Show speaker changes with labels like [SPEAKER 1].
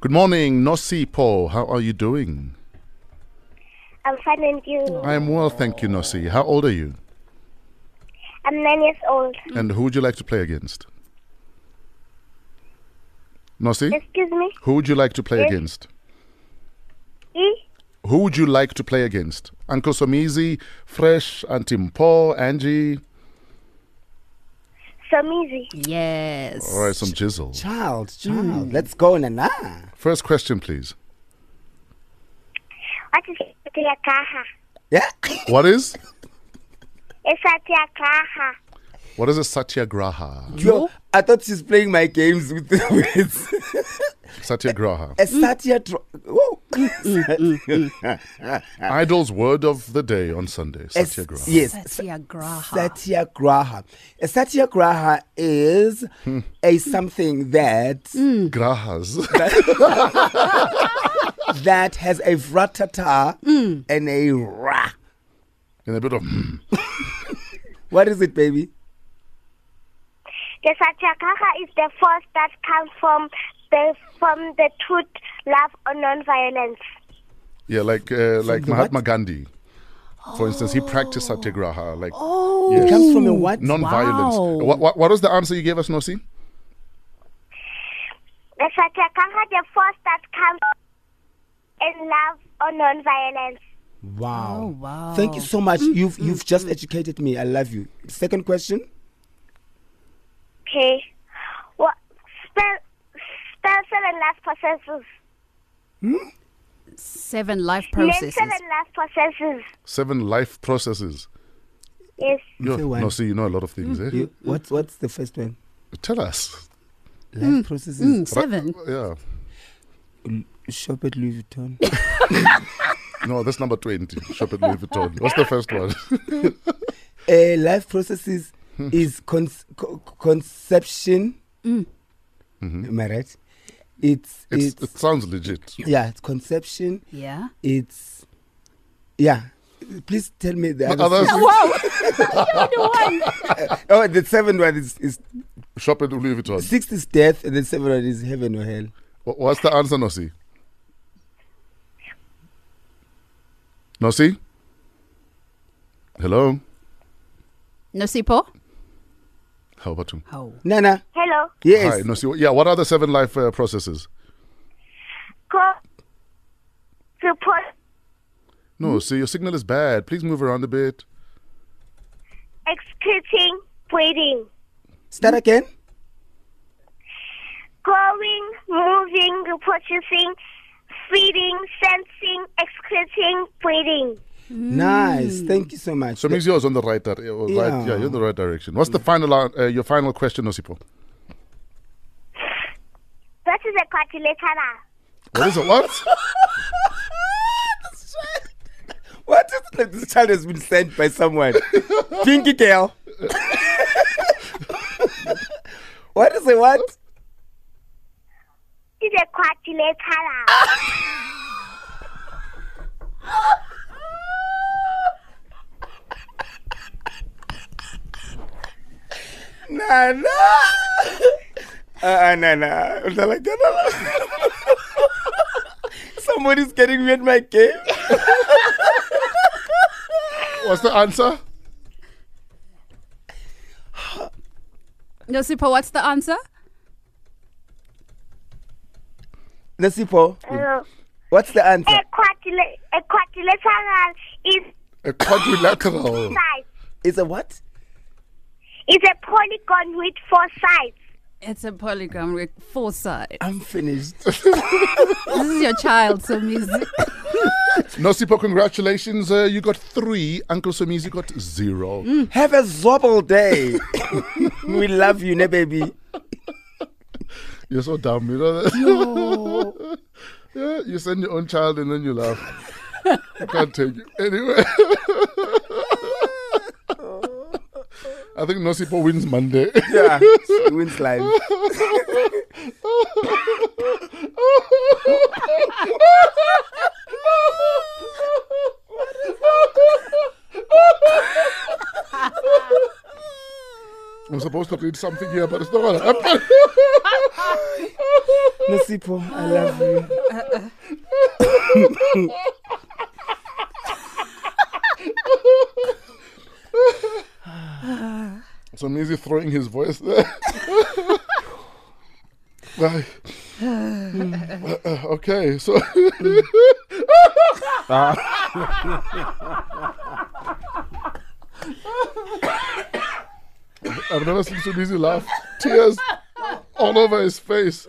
[SPEAKER 1] Good morning, Nosipo. How are you doing?
[SPEAKER 2] I'm fine and you.
[SPEAKER 1] I am well, thank you, Nosi. How old are you?
[SPEAKER 2] I'm nine years old.
[SPEAKER 1] And who would you like to play against? Nosi,
[SPEAKER 2] Excuse me.
[SPEAKER 1] who would you like to play
[SPEAKER 2] Yes.
[SPEAKER 1] against?
[SPEAKER 2] E?
[SPEAKER 1] Who would you like to play against? Uncle Somizi, Fresh, Auntie Mpo, Angie,
[SPEAKER 2] Samizi.
[SPEAKER 3] Yes.
[SPEAKER 1] or some jizzle?
[SPEAKER 4] Child, child. Let's go, Nana.
[SPEAKER 1] First question, please.
[SPEAKER 2] What is it? ya kaha?
[SPEAKER 4] Yeah.
[SPEAKER 1] What is?
[SPEAKER 2] It's at ya kaha.
[SPEAKER 1] What is a satyagraha?
[SPEAKER 4] Yo, I thought she's playing my games with the words.
[SPEAKER 1] Satyagraha.
[SPEAKER 4] A satya. Tro- Whoa.
[SPEAKER 1] Idol's word of the day on Sunday.
[SPEAKER 4] A s-
[SPEAKER 1] Satyagraha.
[SPEAKER 4] Yes.
[SPEAKER 3] Satyagraha.
[SPEAKER 4] Satyagraha. A satyagraha is a something that
[SPEAKER 1] Grahas.
[SPEAKER 4] that has a vratata and a ra.
[SPEAKER 1] and a bit of. hmm.
[SPEAKER 4] What is it, baby?
[SPEAKER 2] The satyakaha is the force that comes from the from the truth, love, or non-violence.
[SPEAKER 1] Yeah, like uh, like
[SPEAKER 4] the
[SPEAKER 1] Mahatma
[SPEAKER 4] what?
[SPEAKER 1] Gandhi, for instance, he practiced satyagraha, like
[SPEAKER 3] Oh.
[SPEAKER 4] It comes from a what?
[SPEAKER 1] non-violence.
[SPEAKER 3] Wow.
[SPEAKER 1] What, what what was the answer you gave us, Nosi?
[SPEAKER 2] The satyakaha, the force that comes in love or non-violence.
[SPEAKER 4] Wow. Mm.
[SPEAKER 3] Oh, wow.
[SPEAKER 4] Thank you so much. You've you've just educated me. I love you. Second question.
[SPEAKER 2] Okay. What spell? Spell seven life processes.
[SPEAKER 3] Seven life
[SPEAKER 2] Name
[SPEAKER 3] processes.
[SPEAKER 2] seven life processes.
[SPEAKER 1] Seven life processes.
[SPEAKER 2] Yes.
[SPEAKER 1] Yo,
[SPEAKER 4] Say what?
[SPEAKER 1] Nosi, you know a lot of things. Eh?
[SPEAKER 4] You, what's what's the first one?
[SPEAKER 1] Tell us.
[SPEAKER 4] Life processes.
[SPEAKER 3] Mm, seven.
[SPEAKER 1] Yeah.
[SPEAKER 4] mm. Shop at Louis Vuitton.
[SPEAKER 1] No, that's number twenty. Shop at Louis Vuitton. What's the first one?
[SPEAKER 4] uh, life processes
[SPEAKER 1] Hmm.
[SPEAKER 4] is con- co- conception. Am I right?
[SPEAKER 1] Mm. Mm-hmm. It's,
[SPEAKER 4] It's it's,
[SPEAKER 1] it sounds legit.
[SPEAKER 4] yeah. It's conception.
[SPEAKER 3] Yeah.
[SPEAKER 4] It's yeah. Please tell me the other.
[SPEAKER 1] Others,
[SPEAKER 4] six.
[SPEAKER 3] Wow. the one.
[SPEAKER 4] Oh, the seventh one is, is
[SPEAKER 1] shop at Louis Vuitton.
[SPEAKER 4] sixth is death, and the seventh one is heaven or hell.
[SPEAKER 1] Wha- What's the answer, Nosi? Nosi. Hello.
[SPEAKER 3] Nosipo?
[SPEAKER 1] How about you?
[SPEAKER 3] Oh.
[SPEAKER 4] Nana,
[SPEAKER 2] Hello.
[SPEAKER 4] yes.
[SPEAKER 1] Hi, Nosi. Yeah. What are the seven life uh, processes?
[SPEAKER 2] Co. Support.
[SPEAKER 1] No, so your signal is bad. Please move around a bit.
[SPEAKER 2] excreting, breathing,
[SPEAKER 4] Start again.
[SPEAKER 2] going, moving, reproducing, feeding, sensing, excreting, breathing.
[SPEAKER 4] Nice. Thank you so much.
[SPEAKER 1] Mm. So it means yours on the right, dir- uh, right yeah.
[SPEAKER 4] Yeah.
[SPEAKER 1] you're in the right direction. What's the final, an- uh, your final question, Nosipo?
[SPEAKER 2] That is a quadrilateral.
[SPEAKER 1] What is it? What?
[SPEAKER 4] What is it? that This child has been sent by someone. Pinky girl. what is it? What?
[SPEAKER 2] It is a quadrilateral.
[SPEAKER 4] Nah, nah. Uh, nah, nah. It's not like that. Somebody's getting me at my game.
[SPEAKER 1] What's the answer?
[SPEAKER 3] Nosipo, what's the answer?
[SPEAKER 4] Nasipo,
[SPEAKER 2] Uh,
[SPEAKER 4] what's the answer?
[SPEAKER 2] a, quadrila- a quadrilateral is
[SPEAKER 1] A quadrilateral.
[SPEAKER 2] sides.
[SPEAKER 4] It's a what?
[SPEAKER 2] It's a polygon with four sides.
[SPEAKER 3] It's a polygram with four sides.
[SPEAKER 4] I'm finished.
[SPEAKER 3] This is your child, so music.
[SPEAKER 1] Nosipo, congratulations. Uh, you got three. Uncle Somizi got zero.
[SPEAKER 4] Have a zobble day. we love you, ne baby.
[SPEAKER 1] You're so dumb, you know that? yeah, you send your own child and then you laugh. I can't take it. Anyway. I think Nosipo wins Monday.
[SPEAKER 4] Yeah, she wins life.
[SPEAKER 1] I'm supposed to read something here, but it's not going to happen.
[SPEAKER 4] Nasipo, I love you.
[SPEAKER 1] So Mizi throwing his voice there. Like, mm, uh, uh, okay, so I've never seen so Mizi laugh. Tears all over his face.